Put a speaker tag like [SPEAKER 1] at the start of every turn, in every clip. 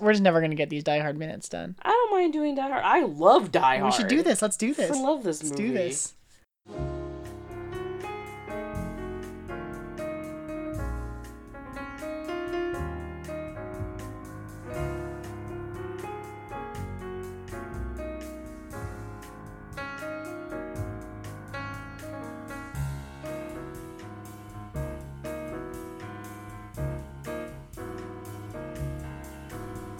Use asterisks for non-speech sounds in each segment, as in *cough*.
[SPEAKER 1] We're just never gonna get these Die Hard minutes done.
[SPEAKER 2] I don't mind doing Die Hard. I love Die Hard.
[SPEAKER 1] We should do this. Let's do this.
[SPEAKER 2] I love this
[SPEAKER 1] Let's
[SPEAKER 2] movie.
[SPEAKER 1] do this.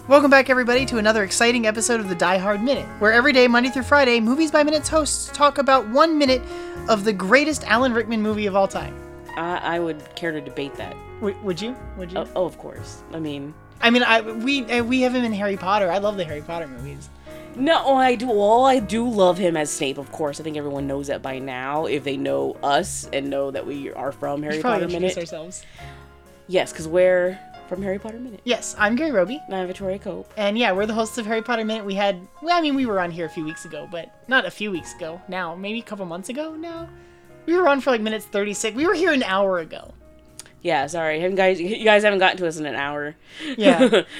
[SPEAKER 1] Welcome back, everybody, to another exciting episode of the Die Hard Minute, where every day, Monday through Friday, Movies by Minutes hosts talk about one minute of the greatest Alan Rickman movie of all time.
[SPEAKER 2] I, I would care to debate that.
[SPEAKER 1] W- would you? Would you?
[SPEAKER 2] Oh, oh, of course. I mean,
[SPEAKER 1] I mean, I we uh, we have him in Harry Potter. I love the Harry Potter movies.
[SPEAKER 2] no, oh, I do. Well, I do love him as Snape, of course. I think everyone knows that by now if they know us and know that we are from
[SPEAKER 1] We
[SPEAKER 2] Harry
[SPEAKER 1] should
[SPEAKER 2] Potter
[SPEAKER 1] probably introduce
[SPEAKER 2] Minute.
[SPEAKER 1] ourselves.
[SPEAKER 2] Yes, because we're from Harry Potter Minute.
[SPEAKER 1] Yes, I'm Gary Roby,
[SPEAKER 2] And I'm Victoria Cope.
[SPEAKER 1] and yeah, we're the hosts of Harry Potter Minute. We had, well, I mean, we were on here a few weeks ago, but not a few weeks ago. Now, maybe a couple months ago. Now, we were on for like minutes thirty six. We were here an hour ago.
[SPEAKER 2] Yeah, sorry, haven't guys, you guys haven't gotten to us in an hour.
[SPEAKER 1] *laughs* Yeah.
[SPEAKER 2] *laughs*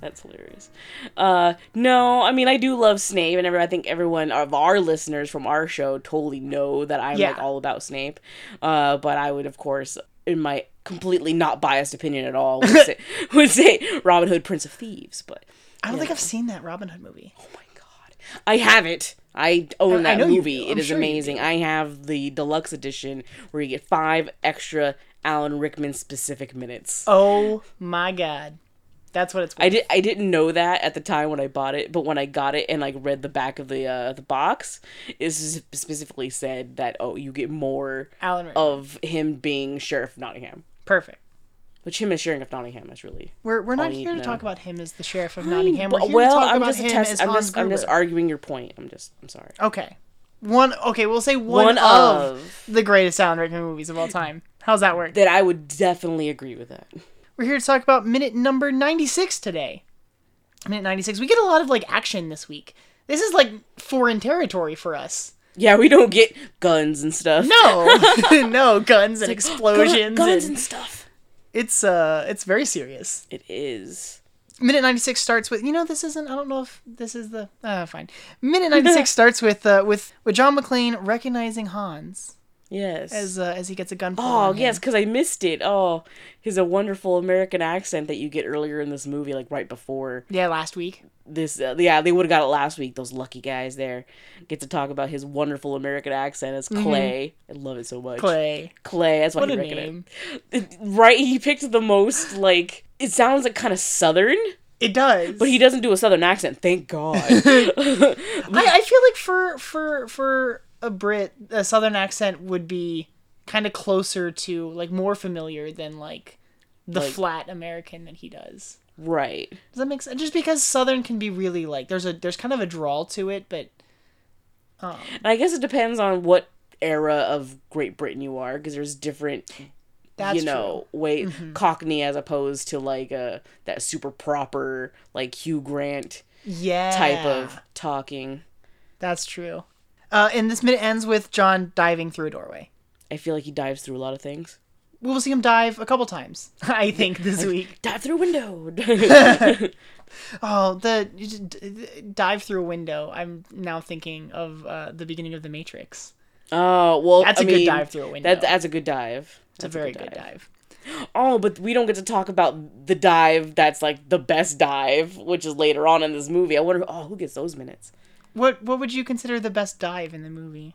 [SPEAKER 2] That's hilarious. Uh, no, I mean I do love Snape, and every, I think everyone of our listeners from our show totally know that I'm like
[SPEAKER 1] Yeah.
[SPEAKER 2] all about Snape. Uh, but I would, of course, in my completely not biased opinion at all,
[SPEAKER 1] *laughs*
[SPEAKER 2] would say, *laughs* would say Robin Hood, Prince of Thieves. But
[SPEAKER 1] I don't think I've seen that Robin Hood movie.
[SPEAKER 2] oh my god, I have it. I
[SPEAKER 1] I- I
[SPEAKER 2] own that
[SPEAKER 1] know you do.
[SPEAKER 2] movie. It
[SPEAKER 1] I'm
[SPEAKER 2] is
[SPEAKER 1] sure you
[SPEAKER 2] amazing. I have the deluxe edition where you get five extra Alan Rickman specific minutes.
[SPEAKER 1] Oh my god, that's what it's.
[SPEAKER 2] I did. I didn't know that at the time when I bought it, but when I got it and like read the back of the uh, the box, it s- specifically said that oh, you get more
[SPEAKER 1] Alan Rickman.
[SPEAKER 2] of him being sheriff of Nottingham,
[SPEAKER 1] Perfect.
[SPEAKER 2] which him as sheriff of Nottingham is really.
[SPEAKER 1] We're, we're not
[SPEAKER 2] you
[SPEAKER 1] here to
[SPEAKER 2] know.
[SPEAKER 1] talk about him as the sheriff of Nottingham. We're
[SPEAKER 2] But-
[SPEAKER 1] here
[SPEAKER 2] well,
[SPEAKER 1] to talk
[SPEAKER 2] I'm
[SPEAKER 1] about
[SPEAKER 2] just
[SPEAKER 1] him
[SPEAKER 2] test-
[SPEAKER 1] as
[SPEAKER 2] I'm
[SPEAKER 1] Hans
[SPEAKER 2] just I'm just
[SPEAKER 1] Gruber.
[SPEAKER 2] arguing your point. I'm just I'm sorry.
[SPEAKER 1] okay, one. Okay, we'll say one,
[SPEAKER 2] One
[SPEAKER 1] of,
[SPEAKER 2] of.
[SPEAKER 1] the greatest Alan Rickman movies of all time. How's that work?
[SPEAKER 2] That I would definitely agree with that.
[SPEAKER 1] We're here to talk about minute number ninety six today. Minute ninety six. We get a lot of like action this week. This is like foreign territory for us.
[SPEAKER 2] Yeah, we don't get guns and stuff.
[SPEAKER 1] No, *laughs* no guns and
[SPEAKER 2] Gu-
[SPEAKER 1] explosions.
[SPEAKER 2] guns
[SPEAKER 1] and-
[SPEAKER 2] and stuff.
[SPEAKER 1] it's uh, it's very serious.
[SPEAKER 2] It is.
[SPEAKER 1] minute 96 starts with you know this isn't i don't know if this is the uh fine minute *laughs* 96 starts with uh with with john mcclane recognizing hans
[SPEAKER 2] Yes.
[SPEAKER 1] as uh, as he gets a gun pulled
[SPEAKER 2] Oh
[SPEAKER 1] on him.
[SPEAKER 2] yes, because I missed it. Oh, his a wonderful American accent that you get earlier in this movie, like right before
[SPEAKER 1] yeah last week
[SPEAKER 2] this. Uh, yeah, they would have got it last week. Those lucky guys there get to talk about his wonderful American accent as Clay. I love it so much.
[SPEAKER 1] Mm-hmm. clay
[SPEAKER 2] Clay. That's why
[SPEAKER 1] what
[SPEAKER 2] he
[SPEAKER 1] a
[SPEAKER 2] recognized.
[SPEAKER 1] name
[SPEAKER 2] It- Right, he picked the most like. It sounds like kind of southern,
[SPEAKER 1] it does
[SPEAKER 2] but he doesn't do a southern accent.
[SPEAKER 1] *laughs*
[SPEAKER 2] Thank God. *laughs*
[SPEAKER 1] I, I feel like for for for a brit a southern accent would be kind of closer to like more familiar than like the
[SPEAKER 2] Like-
[SPEAKER 1] flat american that he does
[SPEAKER 2] right.
[SPEAKER 1] Does that make sense? Just because Southern can be really like there's a there's kind of a drawl to it, but
[SPEAKER 2] And I guess it depends on what era of Great Britain you are, because there's different
[SPEAKER 1] that's
[SPEAKER 2] you
[SPEAKER 1] true. Mm-hmm.
[SPEAKER 2] know, wait, Cockney as opposed to like uh that super proper like Hugh Grant
[SPEAKER 1] yeah
[SPEAKER 2] type of talking.
[SPEAKER 1] That's true. Uh, and this minute ends with John diving through a doorway.
[SPEAKER 2] I feel like he dives through a lot of things.
[SPEAKER 1] We will see him dive a couple times, *laughs* I think,
[SPEAKER 2] *laughs*
[SPEAKER 1] this week.
[SPEAKER 2] Dive through a
[SPEAKER 1] *laughs*
[SPEAKER 2] window. *laughs*
[SPEAKER 1] Oh, the you just d- d- dive through a window. I'm now thinking of uh, the beginning of The Matrix.
[SPEAKER 2] oh well,
[SPEAKER 1] That's
[SPEAKER 2] I
[SPEAKER 1] a good
[SPEAKER 2] mean,
[SPEAKER 1] dive through a window.
[SPEAKER 2] That, that's a good dive.
[SPEAKER 1] it's a very good, dive.
[SPEAKER 2] Oh, but we don't get to talk about the dive that's like the best dive, which is later on in this movie. I wonder, oh, who gets those minutes
[SPEAKER 1] What What would you consider the best dive in the movie?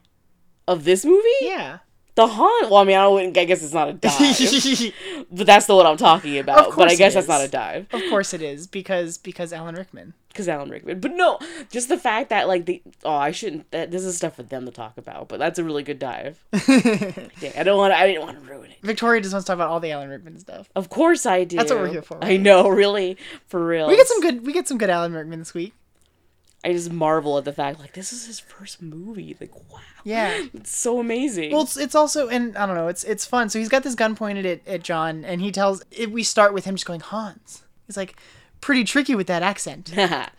[SPEAKER 2] of this movie?
[SPEAKER 1] *laughs* Yeah,
[SPEAKER 2] The haunt. Well, I mean, I wouldn't. I guess
[SPEAKER 1] *laughs*
[SPEAKER 2] it's not a dive,
[SPEAKER 1] of
[SPEAKER 2] but that's the one I'm talking about. But
[SPEAKER 1] course
[SPEAKER 2] I
[SPEAKER 1] it
[SPEAKER 2] guess that's
[SPEAKER 1] is.
[SPEAKER 2] not a dive.
[SPEAKER 1] course it is because because Alan *laughs* Rickman.
[SPEAKER 2] because Alan Rickman. But no, just the fact that like the oh, I shouldn't. That this is stuff for them to talk about. But that's a really
[SPEAKER 1] *laughs*
[SPEAKER 2] good dive. Dang, I don't want. I didn't want to ruin it.
[SPEAKER 1] Victoria just wants to talk about all the Alan Rickman stuff.
[SPEAKER 2] Of course I do.
[SPEAKER 1] That's what we're here for,
[SPEAKER 2] I know, really, for real.
[SPEAKER 1] We get some good we get some good Alan Rickman this week.
[SPEAKER 2] I just marvel at the fact like this is his first movie. Like wow,
[SPEAKER 1] Yeah.
[SPEAKER 2] *laughs* it's so amazing. *laughs*
[SPEAKER 1] Well, it's, it's also, and I don't know, it's it's fun. So he's got this gun pointed at, at John, and he tells. If we start with him just going Hans, he's like, pretty tricky with that accent.
[SPEAKER 2] it's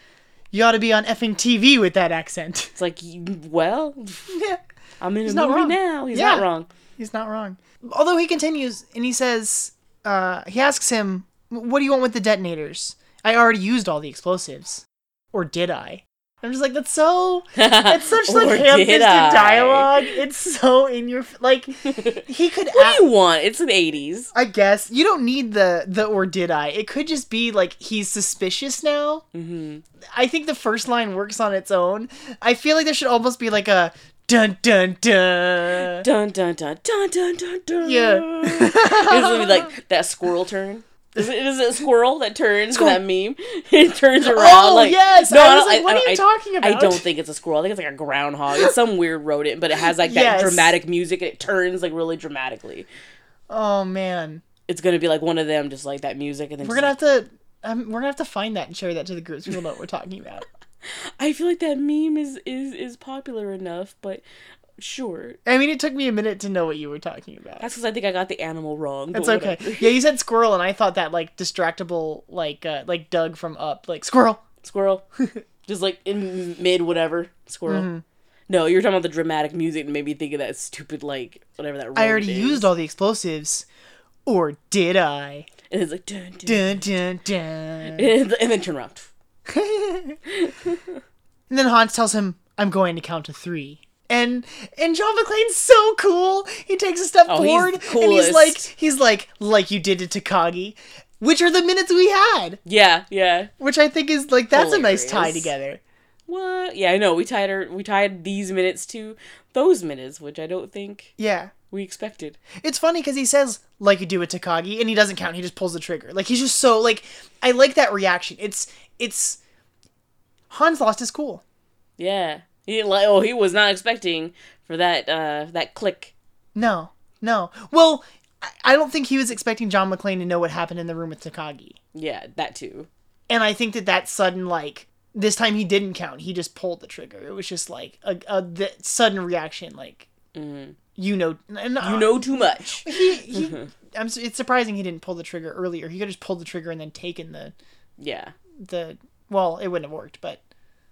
[SPEAKER 1] You ought to be on effing TV with that accent. *laughs*
[SPEAKER 2] like you- well,
[SPEAKER 1] yeah,
[SPEAKER 2] I'm in a
[SPEAKER 1] not
[SPEAKER 2] movie
[SPEAKER 1] wrong.
[SPEAKER 2] now. He's
[SPEAKER 1] Yeah.
[SPEAKER 2] not wrong. *laughs*
[SPEAKER 1] he's not wrong. Although he continues, and he says, uh, he asks him, "What do you want with the detonators?" I already used all the explosives, or did I? I'm just like that's
[SPEAKER 2] *laughs*
[SPEAKER 1] so
[SPEAKER 2] It's
[SPEAKER 1] It's such like ham-fisted dialogue. It's so in your f-
[SPEAKER 2] *laughs*
[SPEAKER 1] like he could.
[SPEAKER 2] What
[SPEAKER 1] a-
[SPEAKER 2] do you want? It's an 80s.
[SPEAKER 1] I guess you don't need the the or did I? It could just be like he's suspicious now.
[SPEAKER 2] hmm
[SPEAKER 1] I think the first line works on its own. I feel like there should almost be like a dun dun dun.
[SPEAKER 2] Dun dun dun dun dun dun dun.
[SPEAKER 1] Yeah.
[SPEAKER 2] it's *laughs* gonna be like that squirrel turn. Is it, is it a squirrel that turns in that meme? *laughs* It turns around.
[SPEAKER 1] oh
[SPEAKER 2] like,
[SPEAKER 1] yes!
[SPEAKER 2] No,
[SPEAKER 1] I was
[SPEAKER 2] don't-
[SPEAKER 1] like, what
[SPEAKER 2] don't-
[SPEAKER 1] are you talking about?
[SPEAKER 2] I don't think it's a squirrel. I think it's like a groundhog. It's some weird rodent, but it has like that
[SPEAKER 1] Yes.
[SPEAKER 2] dramatic music and it turns like really dramatically.
[SPEAKER 1] *laughs* Oh man,
[SPEAKER 2] It's gonna be like one of them, just like that music, and then
[SPEAKER 1] we're
[SPEAKER 2] just
[SPEAKER 1] gonna have to. Um, we're gonna have to find that and share that to the groups. People know what we're talking about.
[SPEAKER 2] I feel like that meme is is is popular enough, but sure.
[SPEAKER 1] *laughs* I mean, it took me a minute to know what you were talking about.
[SPEAKER 2] That's because I think I got the animal wrong. but
[SPEAKER 1] That's okay.
[SPEAKER 2] whatever.
[SPEAKER 1] Yeah, you said squirrel, and I thought that like distractible, like uh, like Doug from Up, like squirrel.
[SPEAKER 2] Squirrel, *laughs* just like in mid whatever squirrel.
[SPEAKER 1] Mm-hmm.
[SPEAKER 2] No, you were talking about the dramatic music and made me think of that stupid like whatever that.
[SPEAKER 1] I
[SPEAKER 2] road
[SPEAKER 1] already
[SPEAKER 2] is.
[SPEAKER 1] used all the explosives, or did I?
[SPEAKER 2] And it's like dun,
[SPEAKER 1] Dun
[SPEAKER 2] dun, *laughs*
[SPEAKER 1] dun dun.
[SPEAKER 2] and and then turn around.
[SPEAKER 1] *laughs* And then Hans tells him, "I'm going to count to three. And and John McClane's so cool. He takes a step
[SPEAKER 2] Oh, he's
[SPEAKER 1] forward,
[SPEAKER 2] the
[SPEAKER 1] and he's like,
[SPEAKER 2] coolest.
[SPEAKER 1] he's like, like you did to Takagi, which are the minutes we had,
[SPEAKER 2] Yeah, yeah.
[SPEAKER 1] which I think is like that's a nice tie
[SPEAKER 2] Hilarious.
[SPEAKER 1] together.
[SPEAKER 2] What? Yeah, I know. We tied her. We tied these minutes to those minutes, which I don't think
[SPEAKER 1] Yeah.
[SPEAKER 2] we expected.
[SPEAKER 1] It's funny because he says like you do with Takagi, and he doesn't count. He just pulls the trigger. Like he's just so like I like that reaction. It's it's Hans lost his cool.
[SPEAKER 2] Yeah. He didn't like. Oh, he was not expecting for that. Uh, that click.
[SPEAKER 1] No, no. Well, I- I don't think he was expecting John McClane to know what happened in the room with Takagi,
[SPEAKER 2] Yeah, that too.
[SPEAKER 1] and I think that that sudden like this time he didn't count. He just pulled the trigger. It was just like a, a the sudden reaction. Like you know, n- n-
[SPEAKER 2] Mm-hmm. You know too much. *laughs*
[SPEAKER 1] He, he, I'm. su- It's surprising he didn't pull the trigger earlier. He could have just pulled the trigger and then taken the
[SPEAKER 2] Yeah.
[SPEAKER 1] the well, it wouldn't have worked, but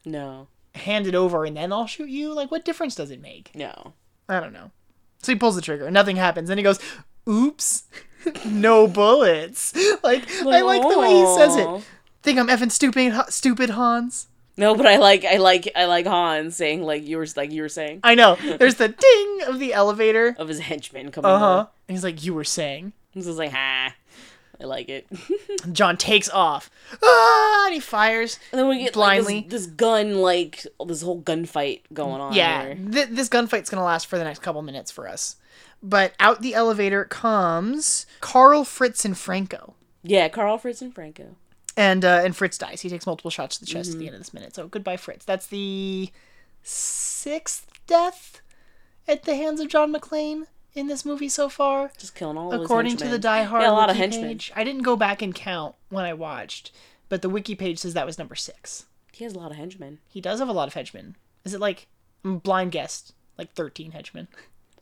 [SPEAKER 2] No.
[SPEAKER 1] hand it over and then I'll shoot you? Like what difference does it make?
[SPEAKER 2] No.
[SPEAKER 1] I don't know. So he pulls the trigger and nothing happens. Then he goes, Oops, *laughs* no bullets. *laughs* Like I like the way he says
[SPEAKER 2] Aw.
[SPEAKER 1] it. Think I'm effing stupid Ha- stupid Hans.
[SPEAKER 2] No, but I like I like I like Hans saying like you were like you were saying
[SPEAKER 1] I know. There's the *laughs* ding of the elevator.
[SPEAKER 2] of his henchmen coming.
[SPEAKER 1] Uh-huh.
[SPEAKER 2] over.
[SPEAKER 1] And he's like, You were saying.
[SPEAKER 2] This is like ha. I like it. *laughs* and
[SPEAKER 1] John takes off. Ah and he fires.
[SPEAKER 2] then we get
[SPEAKER 1] Blindly.
[SPEAKER 2] like, this, this gun like this whole gunfight going on.
[SPEAKER 1] Yeah,
[SPEAKER 2] here.
[SPEAKER 1] th- this gunfight's gonna last for the next couple minutes for us. But out the elevator comes Carl, Fritz, and Franco.
[SPEAKER 2] Yeah, Carl Fritz and Franco.
[SPEAKER 1] And uh, and Fritz dies. He takes multiple shots to the chest at
[SPEAKER 2] Mm-hmm.
[SPEAKER 1] the end of this minute. So goodbye, Fritz. That's the sixth death at the hands of John McClane in this movie so far,
[SPEAKER 2] Just killing all of his
[SPEAKER 1] according to the
[SPEAKER 2] henchmen.
[SPEAKER 1] Die Hard
[SPEAKER 2] Yeah, a lot of
[SPEAKER 1] wiki
[SPEAKER 2] henchmen.
[SPEAKER 1] page. I didn't go back and count when I watched, but the wiki page says that was number six.
[SPEAKER 2] He has a lot of henchmen.
[SPEAKER 1] He does have a lot of henchmen. Is it like I'm a blind guessed like thirteen henchmen?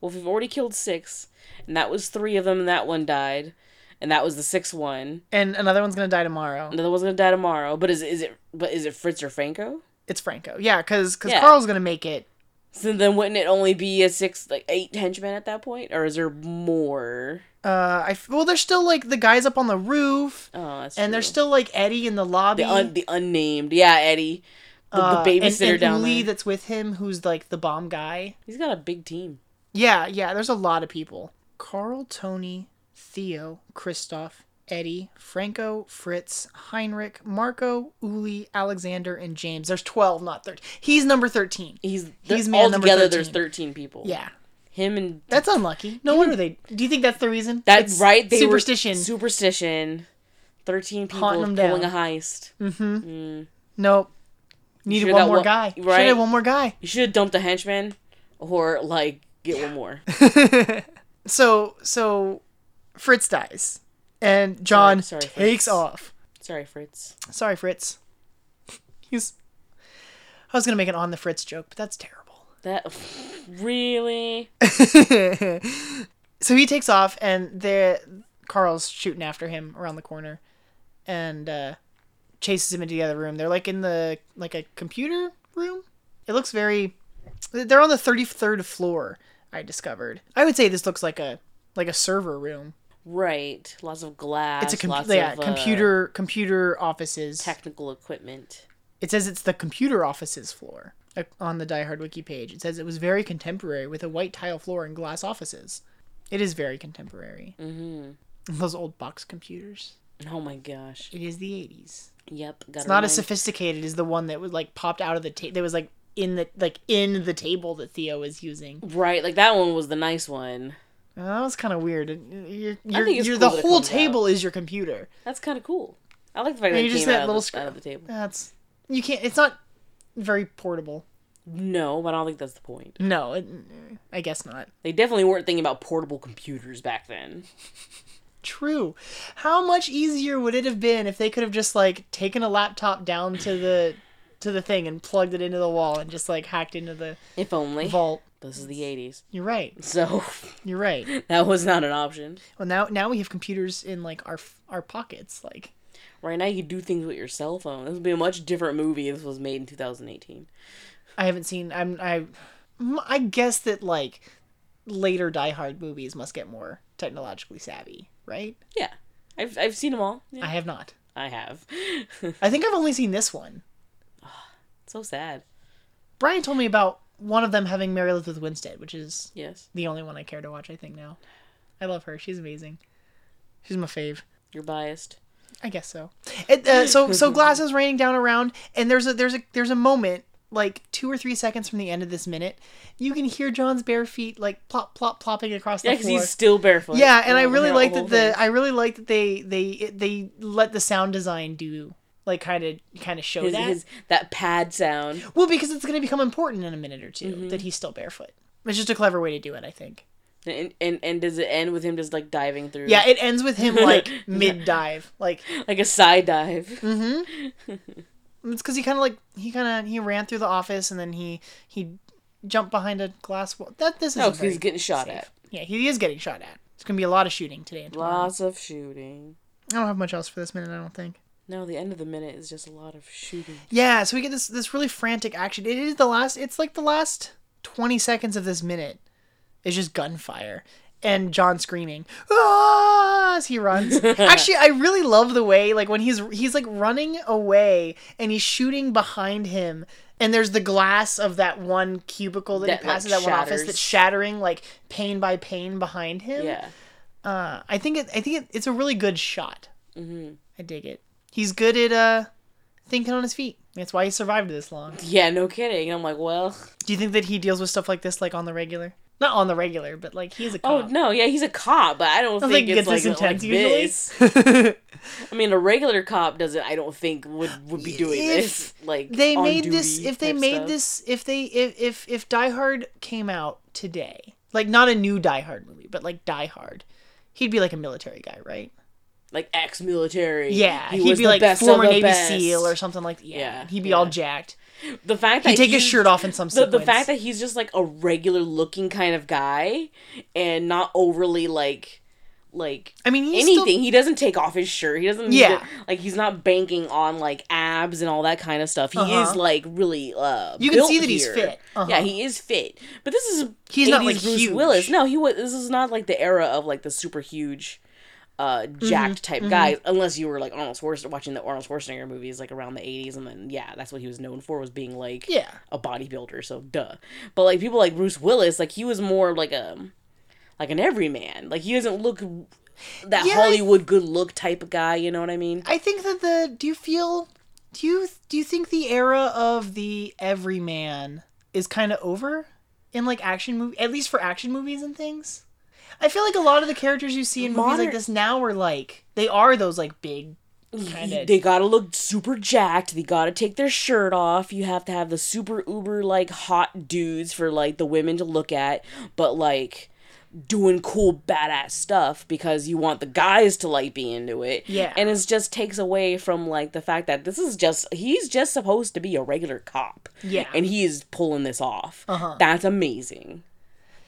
[SPEAKER 2] Well, if we've already killed six, and that was three of them, and that one died, and that was the sixth one.
[SPEAKER 1] And another one's gonna die tomorrow.
[SPEAKER 2] Another one's gonna die tomorrow. But is is it but is it Fritz or Franco? *laughs*
[SPEAKER 1] It's Franco. Yeah, because
[SPEAKER 2] Yeah.
[SPEAKER 1] Carl's gonna make it.
[SPEAKER 2] So then wouldn't it only be a six like eight henchmen at that point? Or is there more?
[SPEAKER 1] Uh, I f- well, there's still like the guys up on the roof,
[SPEAKER 2] Oh, that's
[SPEAKER 1] and
[SPEAKER 2] true.
[SPEAKER 1] there's still like Eddie in the lobby.
[SPEAKER 2] the un- the unnamed. Yeah, Eddie. The,
[SPEAKER 1] uh,
[SPEAKER 2] the
[SPEAKER 1] and-
[SPEAKER 2] babysitter
[SPEAKER 1] and
[SPEAKER 2] down
[SPEAKER 1] Uli
[SPEAKER 2] there.
[SPEAKER 1] that's with him, who's like the bomb guy.
[SPEAKER 2] He's got a big team.
[SPEAKER 1] Yeah, yeah. There's a lot of people. Carl, Tony, Theo, Christoph, Eddie, Franco, Fritz, Heinrich, Marco, Uli, Alexander, and James. There's twelve, not thirteen. He's number thirteen.
[SPEAKER 2] He's
[SPEAKER 1] He's
[SPEAKER 2] he's
[SPEAKER 1] man
[SPEAKER 2] all
[SPEAKER 1] number
[SPEAKER 2] together. There's
[SPEAKER 1] 13.
[SPEAKER 2] thirteen people.
[SPEAKER 1] Yeah,
[SPEAKER 2] him and
[SPEAKER 1] that's unlucky. No wonder they. Do you think that's the reason?
[SPEAKER 2] that
[SPEAKER 1] It's
[SPEAKER 2] right. They were-
[SPEAKER 1] superstition.
[SPEAKER 2] superstition. Thirteen people
[SPEAKER 1] Haunting 'em
[SPEAKER 2] pulling
[SPEAKER 1] down.
[SPEAKER 2] a heist.
[SPEAKER 1] Nope. Needed
[SPEAKER 2] should've
[SPEAKER 1] one
[SPEAKER 2] got
[SPEAKER 1] more
[SPEAKER 2] one-
[SPEAKER 1] guy. Should
[SPEAKER 2] right?
[SPEAKER 1] have one more guy.
[SPEAKER 2] You should have dumped a henchman, or like get
[SPEAKER 1] *laughs*
[SPEAKER 2] one more.
[SPEAKER 1] So so Fritz dies. And John
[SPEAKER 2] sorry, Fritz.
[SPEAKER 1] takes off.
[SPEAKER 2] Sorry, Fritz.
[SPEAKER 1] Sorry, Fritz. *laughs* He's I was gonna make an on the Fritz joke, but that's
[SPEAKER 2] *laughs*
[SPEAKER 1] terrible.
[SPEAKER 2] That really.
[SPEAKER 1] So he takes off and there Carl's shooting after him around the corner and uh chases him into the other room. They're like in the like a computer room. It looks very they're on the 33rd floor, I discovered. I would say this looks like a like a server room.
[SPEAKER 2] Right. Lots of glass.
[SPEAKER 1] It's a
[SPEAKER 2] lots
[SPEAKER 1] com- yeah,
[SPEAKER 2] of, uh,
[SPEAKER 1] computer computer offices.
[SPEAKER 2] technical equipment.
[SPEAKER 1] It says it's the computer offices floor uh, on the Die Hard wiki page. It says it was very contemporary with a white tile floor and glass offices. It is very contemporary.
[SPEAKER 2] Mm.
[SPEAKER 1] Mm-hmm. Those old box computers.
[SPEAKER 2] Oh my gosh.
[SPEAKER 1] It is the 80s.
[SPEAKER 2] Yep.
[SPEAKER 1] It's not as sophisticated as the one that was like popped out of the ta- that was like in the like in the table that Theo was using.
[SPEAKER 2] right. Like that one was the nice one.
[SPEAKER 1] Uh, That was kind of weird. And You're, you're,
[SPEAKER 2] think it's
[SPEAKER 1] you're
[SPEAKER 2] cool
[SPEAKER 1] the
[SPEAKER 2] that it
[SPEAKER 1] whole
[SPEAKER 2] comes out.
[SPEAKER 1] table is your computer.
[SPEAKER 2] That's kind of cool. I like the fact that
[SPEAKER 1] you
[SPEAKER 2] it
[SPEAKER 1] just
[SPEAKER 2] came
[SPEAKER 1] that
[SPEAKER 2] out,
[SPEAKER 1] little
[SPEAKER 2] of the,
[SPEAKER 1] scr-
[SPEAKER 2] out of the table.
[SPEAKER 1] That's you can't. It's not very portable.
[SPEAKER 2] No, but I don't think that's the point.
[SPEAKER 1] No, it, I guess not.
[SPEAKER 2] They definitely weren't thinking about portable computers back then.
[SPEAKER 1] True. How much easier would it have been if they could have just like taken a laptop down to the to the thing and plugged it into the wall and just like hacked into the
[SPEAKER 2] If only.
[SPEAKER 1] vault?
[SPEAKER 2] This is the 80s.
[SPEAKER 1] You're right.
[SPEAKER 2] So *laughs*
[SPEAKER 1] You're right.
[SPEAKER 2] that was not an option.
[SPEAKER 1] Well, now now we have computers in like our f- our pockets. Like
[SPEAKER 2] Right now, you do things with your cell phone. This would be a much different movie if this was made in 2018.
[SPEAKER 1] I haven't seen. I'm I m- I guess that like later Die Hard movies must get more technologically savvy, right?
[SPEAKER 2] Yeah. I've, I've seen them all. Yeah,
[SPEAKER 1] I have not.
[SPEAKER 2] I have. *laughs*
[SPEAKER 1] I think I've only seen this one.
[SPEAKER 2] so sad.
[SPEAKER 1] Brian told me about one of them having Mary Elizabeth Winstead, which is
[SPEAKER 2] Yes.
[SPEAKER 1] the only one I care to watch, I think, now. I love her. She's amazing. She's my fave.
[SPEAKER 2] You're biased.
[SPEAKER 1] I guess so. It, uh, so so glasses raining down around, and there's a there's a there's a moment like two or three seconds from the end of this minute, you can hear John's bare feet like plop plop plopping across the
[SPEAKER 2] Yeah, because
[SPEAKER 1] floor.
[SPEAKER 2] he's still barefoot.
[SPEAKER 1] yeah, and I really
[SPEAKER 2] Yeah,
[SPEAKER 1] like
[SPEAKER 2] whole
[SPEAKER 1] that the
[SPEAKER 2] thing.
[SPEAKER 1] I really like that they they it, they let the sound design do like kind of kind of show
[SPEAKER 2] His-
[SPEAKER 1] that.
[SPEAKER 2] his- that pad sound.
[SPEAKER 1] Well, because it's going to become important in a minute or 2
[SPEAKER 2] Mm-hmm.
[SPEAKER 1] that he's still barefoot. It's just a clever way to do it, I think.
[SPEAKER 2] And, and and does it end with him just like diving through?
[SPEAKER 1] Yeah, it ends with
[SPEAKER 2] *laughs*
[SPEAKER 1] him like mid dive, like
[SPEAKER 2] like a side dive.
[SPEAKER 1] It's because he kind of like he kind of he ran through the office and then he he jumped behind a glass wall. *laughs* That this is
[SPEAKER 2] No, Oh, 'cause he's getting shot at.
[SPEAKER 1] Yeah, he is getting shot at. It's gonna be a lot of shooting today and tomorrow.
[SPEAKER 2] Lots of shooting.
[SPEAKER 1] I don't have much else for this minute. I don't think.
[SPEAKER 2] No, the end of the minute is just a lot of shooting.
[SPEAKER 1] Yeah, so we get this this really frantic action. It is the last. It's like the last twenty seconds of this minute is just gunfire and John screaming ah, as he runs.
[SPEAKER 2] *laughs*
[SPEAKER 1] Actually, I really love the way like when he's he's like running away and he's shooting behind him. And there's the glass of that one cubicle that,
[SPEAKER 2] That,
[SPEAKER 1] he
[SPEAKER 2] like,
[SPEAKER 1] passes, that one office
[SPEAKER 2] shatters.
[SPEAKER 1] that's shattering like pane by pane behind him.
[SPEAKER 2] Yeah,
[SPEAKER 1] Uh, I think it. I think it, it's a really good shot.
[SPEAKER 2] Mm-hmm.
[SPEAKER 1] I dig it. He's good at uh, thinking on his feet. That's why he survived this long.
[SPEAKER 2] yeah, no kidding. I'm like, well,
[SPEAKER 1] Do you think that he deals with stuff like this like on the regular? Not on the regular, but like he's a
[SPEAKER 2] oh
[SPEAKER 1] cop.
[SPEAKER 2] no, yeah, he's a cop, but I don't
[SPEAKER 1] I don't
[SPEAKER 2] think
[SPEAKER 1] think it gets
[SPEAKER 2] it's like,
[SPEAKER 1] this
[SPEAKER 2] like
[SPEAKER 1] intense
[SPEAKER 2] this.
[SPEAKER 1] usually.
[SPEAKER 2] I mean, a regular cop doesn't. I don't think would would be doing
[SPEAKER 1] If
[SPEAKER 2] this. Like
[SPEAKER 1] they
[SPEAKER 2] on
[SPEAKER 1] made this.
[SPEAKER 2] duty
[SPEAKER 1] If they
[SPEAKER 2] type
[SPEAKER 1] made
[SPEAKER 2] stuff.
[SPEAKER 1] this. If they. If if if Die Hard came out today, like not a new Die Hard movie, but like Die Hard, he'd be like a military guy, right?
[SPEAKER 2] like ex-military,
[SPEAKER 1] Yeah,
[SPEAKER 2] he
[SPEAKER 1] he would
[SPEAKER 2] was
[SPEAKER 1] be
[SPEAKER 2] the
[SPEAKER 1] like
[SPEAKER 2] best of
[SPEAKER 1] former
[SPEAKER 2] the
[SPEAKER 1] Navy
[SPEAKER 2] best.
[SPEAKER 1] SEAL or something like. Yeah,
[SPEAKER 2] Yeah,
[SPEAKER 1] he'd be
[SPEAKER 2] yeah.
[SPEAKER 1] all jacked.
[SPEAKER 2] the fact that
[SPEAKER 1] He'd take his
[SPEAKER 2] he-
[SPEAKER 1] shirt off in some
[SPEAKER 2] the,
[SPEAKER 1] sequence.
[SPEAKER 2] the fact that he's just like a regular looking kind of guy and not overly like like
[SPEAKER 1] I mean, he's
[SPEAKER 2] anything
[SPEAKER 1] Still,
[SPEAKER 2] he doesn't take off his shirt he doesn't need
[SPEAKER 1] Yeah.
[SPEAKER 2] to- like he's not banking on like abs and all that kind of stuff he is
[SPEAKER 1] Uh-huh.
[SPEAKER 2] like really uh
[SPEAKER 1] You can
[SPEAKER 2] built
[SPEAKER 1] see that he's
[SPEAKER 2] here.
[SPEAKER 1] fit. Uh-huh.
[SPEAKER 2] yeah he is fit but this is
[SPEAKER 1] He's not, like,
[SPEAKER 2] Bruce
[SPEAKER 1] huge.
[SPEAKER 2] Willis no he was this is not like the era of like the super huge uh
[SPEAKER 1] Mm-hmm.
[SPEAKER 2] jacked type guys unless you were like Arnold Schwarzenegger watching the Arnold Schwarzenegger movies like around the 80s and then yeah that's what he was known for was being like
[SPEAKER 1] yeah,
[SPEAKER 2] a bodybuilder, so duh. But like people like Bruce Willis, like he was more like a like an everyman. Like he doesn't look that
[SPEAKER 1] Yeah, I-
[SPEAKER 2] Hollywood good look type of guy. You know what I mean?
[SPEAKER 1] I think that the. Do you feel? Do you do you think the era of the everyman is kind of over in like action movie, at least for action movies and things? I feel like a lot of the characters you see in movies
[SPEAKER 2] Modern-
[SPEAKER 1] like this now are like they are those like big. Kinda.
[SPEAKER 2] They gotta look super jacked. They gotta take their shirt off. You have to have the super uber like hot dudes for like the women to look at, but like doing cool badass stuff because you want the guys to like be into it.
[SPEAKER 1] Yeah.
[SPEAKER 2] And it just takes away from like the fact that this is just he's just supposed to be a regular cop.
[SPEAKER 1] Yeah.
[SPEAKER 2] And he is pulling this off.
[SPEAKER 1] Uh-huh.
[SPEAKER 2] That's amazing.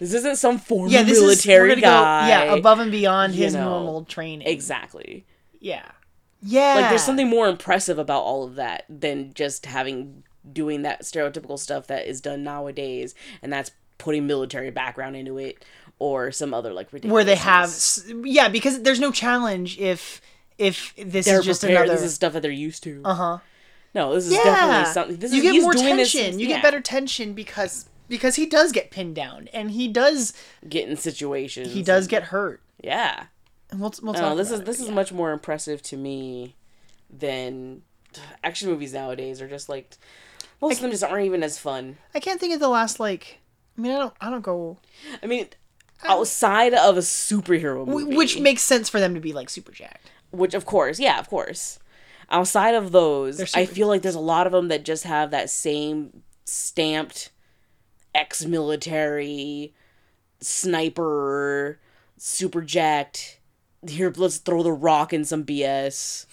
[SPEAKER 2] This isn't some former
[SPEAKER 1] Yeah, this
[SPEAKER 2] military
[SPEAKER 1] is we're gonna
[SPEAKER 2] guy.
[SPEAKER 1] Go, yeah, above and beyond
[SPEAKER 2] you
[SPEAKER 1] his
[SPEAKER 2] know.
[SPEAKER 1] normal training.
[SPEAKER 2] exactly.
[SPEAKER 1] Yeah. Yeah.
[SPEAKER 2] Like there's something more impressive about all of that than just having doing that stereotypical stuff that is done nowadays and that's putting military background into it or some other like ridiculous.
[SPEAKER 1] where they have s- yeah because there's no challenge if if this
[SPEAKER 2] they're
[SPEAKER 1] is just
[SPEAKER 2] prepared.
[SPEAKER 1] another
[SPEAKER 2] This is stuff that they're used to.
[SPEAKER 1] uh huh
[SPEAKER 2] no, this is
[SPEAKER 1] yeah
[SPEAKER 2] definitely something. This
[SPEAKER 1] you
[SPEAKER 2] is,
[SPEAKER 1] get
[SPEAKER 2] he's
[SPEAKER 1] more
[SPEAKER 2] doing
[SPEAKER 1] tension
[SPEAKER 2] this-
[SPEAKER 1] you
[SPEAKER 2] yeah,
[SPEAKER 1] get better tension because because he does get pinned down and he does
[SPEAKER 2] get in situations.
[SPEAKER 1] he does get hurt
[SPEAKER 2] Yeah.
[SPEAKER 1] and we'll we'll talk
[SPEAKER 2] No, Oh, this
[SPEAKER 1] about
[SPEAKER 2] is
[SPEAKER 1] it.
[SPEAKER 2] this is much more impressive to me than action movies nowadays are just like most of them just aren't even as fun.
[SPEAKER 1] I can't think of the last like I mean I don't I don't go
[SPEAKER 2] I mean, outside of a superhero movie,
[SPEAKER 1] which makes sense for them to be like super jacked.
[SPEAKER 2] which of course, yeah, of course. Outside of those, I
[SPEAKER 1] super-
[SPEAKER 2] feel like there's a lot of them that just have that same stamped ex-military sniper super jacked here let's throw the rock in some bs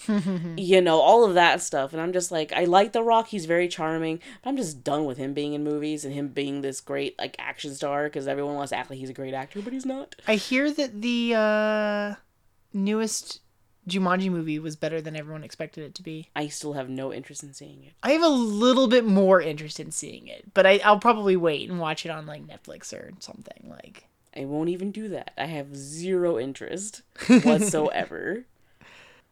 [SPEAKER 2] you know all of that stuff and i'm just like i like the rock he's very charming but i'm just done with him being in movies and him being this great like action star because everyone wants to act like he's a great actor but he's not
[SPEAKER 1] I hear that the uh newest Jumanji movie was better than everyone expected it to be.
[SPEAKER 2] i still have no interest in seeing it
[SPEAKER 1] I have a little bit more interest in seeing it, but I, I'll probably wait and watch it on like Netflix or something. Like
[SPEAKER 2] I won't even do that. I have zero interest whatsoever.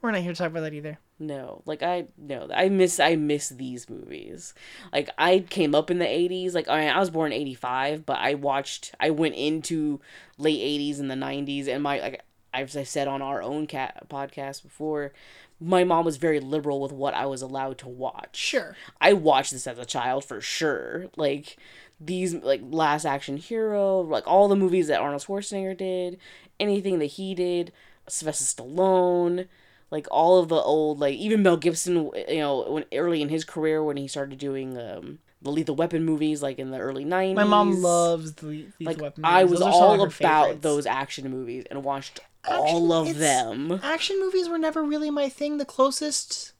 [SPEAKER 1] we're not here to talk about that either.
[SPEAKER 2] no, like I no, I miss I miss these movies. Like I came up in the eighties. Like I, mean, I was born eighty five, but I watched. I went into late eighties and the nineties, and my like as I said on our own cat podcast before, my mom was very liberal with what I was allowed to watch.
[SPEAKER 1] Sure.
[SPEAKER 2] I watched this as a child for sure. Like these like Last Action Hero, like all the movies that Arnold Schwarzenegger did, anything that he did, Sylvester Stallone, like all of the old like even Mel Gibson, you know, when early in his career when he started doing um the Lethal Weapon movies like in the early 90s.
[SPEAKER 1] My mom loves the Lethal
[SPEAKER 2] like
[SPEAKER 1] Weapon.
[SPEAKER 2] I
[SPEAKER 1] movies.
[SPEAKER 2] was
[SPEAKER 1] Those are some
[SPEAKER 2] all
[SPEAKER 1] of her
[SPEAKER 2] about
[SPEAKER 1] favorites.
[SPEAKER 2] those action movies and watched
[SPEAKER 1] Action-
[SPEAKER 2] all of
[SPEAKER 1] it's-
[SPEAKER 2] them.
[SPEAKER 1] action movies were never really my thing. The closest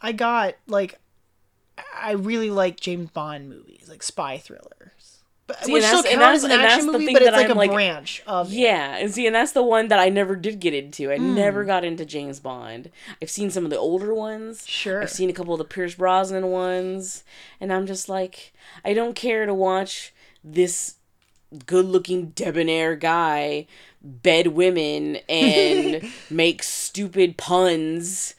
[SPEAKER 1] I got, like, I really like James Bond movies, like spy thrillers, but
[SPEAKER 2] See,
[SPEAKER 1] which
[SPEAKER 2] and
[SPEAKER 1] still
[SPEAKER 2] that's- and
[SPEAKER 1] counts as an
[SPEAKER 2] that's- and that's
[SPEAKER 1] action
[SPEAKER 2] the
[SPEAKER 1] movie,
[SPEAKER 2] thing
[SPEAKER 1] but it's
[SPEAKER 2] that
[SPEAKER 1] like
[SPEAKER 2] I'm,
[SPEAKER 1] a
[SPEAKER 2] like-
[SPEAKER 1] branch of. it.
[SPEAKER 2] Yeah, and see, and that's the one that I never did get into. I never got into James Bond. I've seen some of the older ones.
[SPEAKER 1] Sure.
[SPEAKER 2] I've seen a couple of the Pierce Brosnan ones, and I'm just like, I don't care to watch this good-looking debonair guy bed women
[SPEAKER 1] *laughs*
[SPEAKER 2] and make stupid puns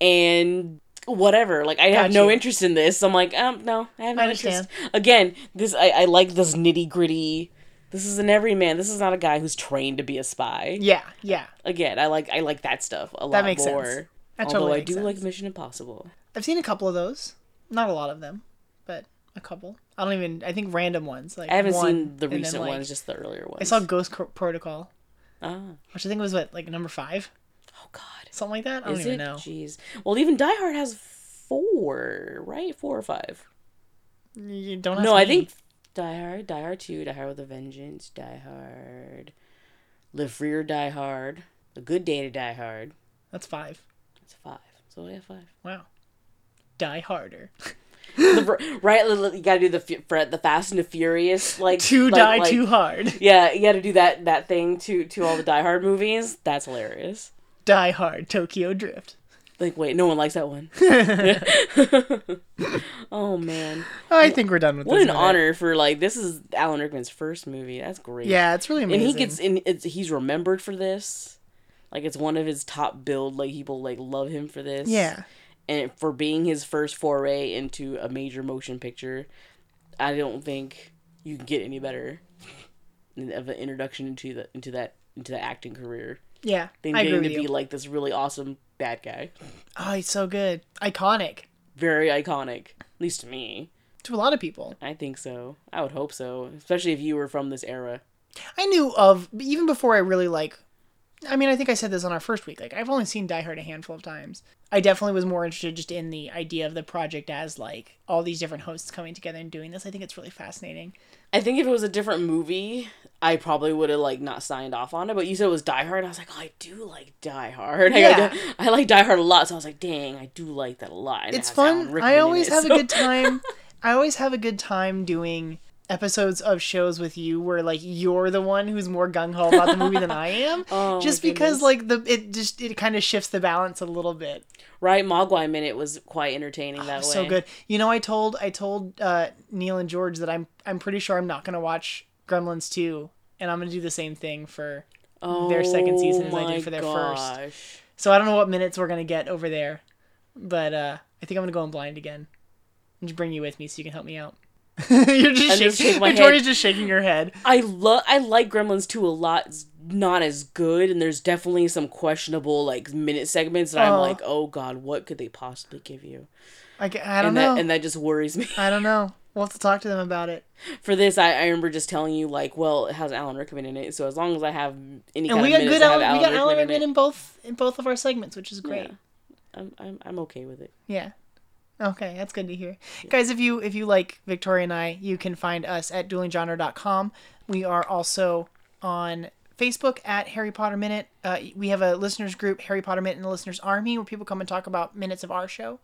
[SPEAKER 2] and whatever like i have
[SPEAKER 1] Got
[SPEAKER 2] no
[SPEAKER 1] you.
[SPEAKER 2] interest in this i'm like um no i have no
[SPEAKER 1] I
[SPEAKER 2] interest
[SPEAKER 1] understand.
[SPEAKER 2] again this i, I like this nitty gritty this is an everyman. This is not a guy who's trained to be a spy.
[SPEAKER 1] yeah, yeah.
[SPEAKER 2] Again, I like I like that stuff a lot
[SPEAKER 1] That makes
[SPEAKER 2] more.
[SPEAKER 1] sense. That
[SPEAKER 2] Although
[SPEAKER 1] totally
[SPEAKER 2] I
[SPEAKER 1] makes
[SPEAKER 2] do
[SPEAKER 1] sense.
[SPEAKER 2] like Mission Impossible.
[SPEAKER 1] I've seen a couple of those, not a lot of them, but a couple. I don't even. I think random ones. Like
[SPEAKER 2] I haven't
[SPEAKER 1] one,
[SPEAKER 2] seen the
[SPEAKER 1] and then,
[SPEAKER 2] recent
[SPEAKER 1] like,
[SPEAKER 2] ones, just the earlier ones.
[SPEAKER 1] I saw Ghost Co- Protocol,
[SPEAKER 2] ah.
[SPEAKER 1] which I think was what like number five,
[SPEAKER 2] Oh God,
[SPEAKER 1] something like that. I don't
[SPEAKER 2] is
[SPEAKER 1] even
[SPEAKER 2] it?
[SPEAKER 1] know.
[SPEAKER 2] Jeez. Well, even Die Hard has four, right? Four or five.
[SPEAKER 1] You don't. Ask
[SPEAKER 2] No, I
[SPEAKER 1] me.
[SPEAKER 2] think Die Hard, Die Hard Two, Die Hard with a Vengeance, Die Hard, Live Free or Die Hard, A Good Day to Die Hard.
[SPEAKER 1] that's five.
[SPEAKER 2] That's five. So yeah, five.
[SPEAKER 1] *laughs* Wow. Die
[SPEAKER 2] *laughs*
[SPEAKER 1] harder.
[SPEAKER 2] the, right, li- li- you gotta do the fu- for the Fast and the Furious like
[SPEAKER 1] to
[SPEAKER 2] like-
[SPEAKER 1] die
[SPEAKER 2] like-
[SPEAKER 1] too hard. *laughs*
[SPEAKER 2] Yeah, you gotta do that that thing to to all the Die Hard movies. That's hilarious.
[SPEAKER 1] Die hard Tokyo Drift.
[SPEAKER 2] Like, wait, no one likes
[SPEAKER 1] *laughs*
[SPEAKER 2] that one. *laughs* oh man,
[SPEAKER 1] I think we're done with
[SPEAKER 2] what
[SPEAKER 1] this.
[SPEAKER 2] an
[SPEAKER 1] minute.
[SPEAKER 2] honor for like this is Alan Rickman's first movie. That's great.
[SPEAKER 1] Yeah, it's really
[SPEAKER 2] and
[SPEAKER 1] amazing.
[SPEAKER 2] he gets and it's, he's remembered for this. Like it's one of his top build. Like people like love him for this.
[SPEAKER 1] Yeah.
[SPEAKER 2] and for being his first foray into a major motion picture, I don't think you can get any better *laughs* of an introduction into the into that into the acting career
[SPEAKER 1] Yeah.
[SPEAKER 2] than
[SPEAKER 1] I agree
[SPEAKER 2] getting to
[SPEAKER 1] with
[SPEAKER 2] be
[SPEAKER 1] you.
[SPEAKER 2] like this really awesome bad guy.
[SPEAKER 1] Oh, he's so good. Iconic.
[SPEAKER 2] Very iconic, at least to me.
[SPEAKER 1] To a lot of people.
[SPEAKER 2] I think so. I would hope so, especially if you were from this era.
[SPEAKER 1] I knew of even before I really like I mean, I think I said this on our first week. Like I've only seen Die Hard a handful of times. I definitely was more interested just in the idea of the project as like all these different hosts coming together and doing this. I think it's really fascinating.
[SPEAKER 2] I think if it was a different movie, I probably would have like not signed off on it. But you said it was Die Hard, and I was like, oh, I do like Die Hard. *laughs* Like, I,
[SPEAKER 1] Yeah.
[SPEAKER 2] do- I like Die Hard a lot, so I was like, dang, I do like that a lot. And it
[SPEAKER 1] it's
[SPEAKER 2] has Alan
[SPEAKER 1] fun.
[SPEAKER 2] Rickman
[SPEAKER 1] I
[SPEAKER 2] in
[SPEAKER 1] always
[SPEAKER 2] it,
[SPEAKER 1] have
[SPEAKER 2] so-
[SPEAKER 1] a good
[SPEAKER 2] *laughs*
[SPEAKER 1] time. I always have a good time doing episodes of shows with you where like you're the one who's more gung ho about the movie than I am.
[SPEAKER 2] *laughs* Oh, my
[SPEAKER 1] just because like the it just it kind of shifts the balance a little bit.
[SPEAKER 2] Right, Mogwai Minute was quite entertaining that way.
[SPEAKER 1] Oh, So good. You know, I told I told uh, Neil and George that I'm I'm pretty sure I'm not gonna watch Gremlins two and I'm gonna do the same thing for.
[SPEAKER 2] Oh,
[SPEAKER 1] Their second season as I did for their first. So I don't know what minutes we're gonna get over there, but uh, I think I'm gonna go in blind again. And just bring you with me so you can help me out. *laughs* You're just,
[SPEAKER 2] I'm just shaking
[SPEAKER 1] shaking.
[SPEAKER 2] my
[SPEAKER 1] Victoria's
[SPEAKER 2] head.
[SPEAKER 1] just shaking her head.
[SPEAKER 2] I love I like Gremlins 2 a lot. It's not as good and there's definitely some questionable like minute segments and I'm
[SPEAKER 1] Oh.
[SPEAKER 2] like, "Oh god, what could they possibly give you?"
[SPEAKER 1] I, g- I don't
[SPEAKER 2] And
[SPEAKER 1] know.
[SPEAKER 2] that and that just worries me. *laughs*
[SPEAKER 1] I don't know. We'll have to talk to them about it.
[SPEAKER 2] For this, I, I remember just telling you like, "Well, it has Alan Rickman in it, so as long as I have any kind
[SPEAKER 1] And we
[SPEAKER 2] of
[SPEAKER 1] got
[SPEAKER 2] minutes,
[SPEAKER 1] good.
[SPEAKER 2] I have
[SPEAKER 1] Alan, we got Alan Rickman
[SPEAKER 2] in it,
[SPEAKER 1] in both in both of our segments, which is great.
[SPEAKER 2] I'm, I'm I'm okay with it.
[SPEAKER 1] Yeah. Okay, that's good to hear. Guys, if you if you like Victoria and I, you can find us at duelinggenre.com. We are also on Facebook at Harry Potter Minute. Uh, we have a listeners group, Harry Potter Minute and the Listeners Army, where people come and talk about minutes of our show.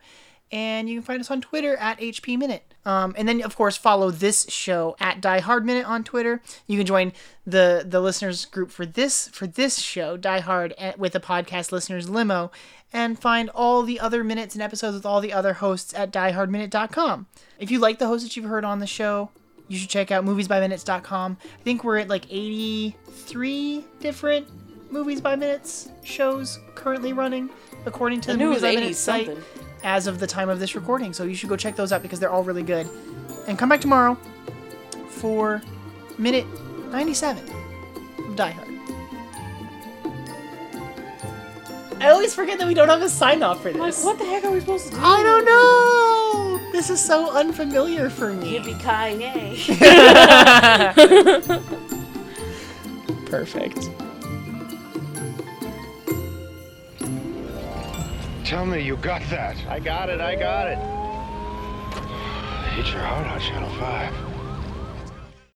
[SPEAKER 1] And you can find us on Twitter at HP Minute. Um, and then, of course, follow this show at Die Hard Minute on Twitter. You can join the the listeners group for this for this show, Die Hard, at, with the podcast Listeners Limo, and find all the other minutes and episodes with all the other hosts at diehardminute.com. If you like the hosts that you've heard on the show, you should check out moviesbyminutes.com. I think we're at like 83 different movies by minutes shows currently running, according to the
[SPEAKER 2] knew it
[SPEAKER 1] movies
[SPEAKER 2] was
[SPEAKER 1] by
[SPEAKER 2] 80
[SPEAKER 1] minutes site
[SPEAKER 2] something.
[SPEAKER 1] as of the time of this recording. So you should go check those out because they're all really good. And come back tomorrow for minute 97 of Die Hard. I always forget that we don't have a sign off for
[SPEAKER 2] Like,
[SPEAKER 1] this.
[SPEAKER 2] what the heck are we supposed to do?
[SPEAKER 1] I don't know. This is so unfamiliar for me.
[SPEAKER 2] Yippee ki
[SPEAKER 1] *laughs*
[SPEAKER 2] yay! *laughs*
[SPEAKER 1] Perfect.
[SPEAKER 3] Tell me you got that.
[SPEAKER 4] I got it, I got it.
[SPEAKER 3] I hate your heart on Channel 5.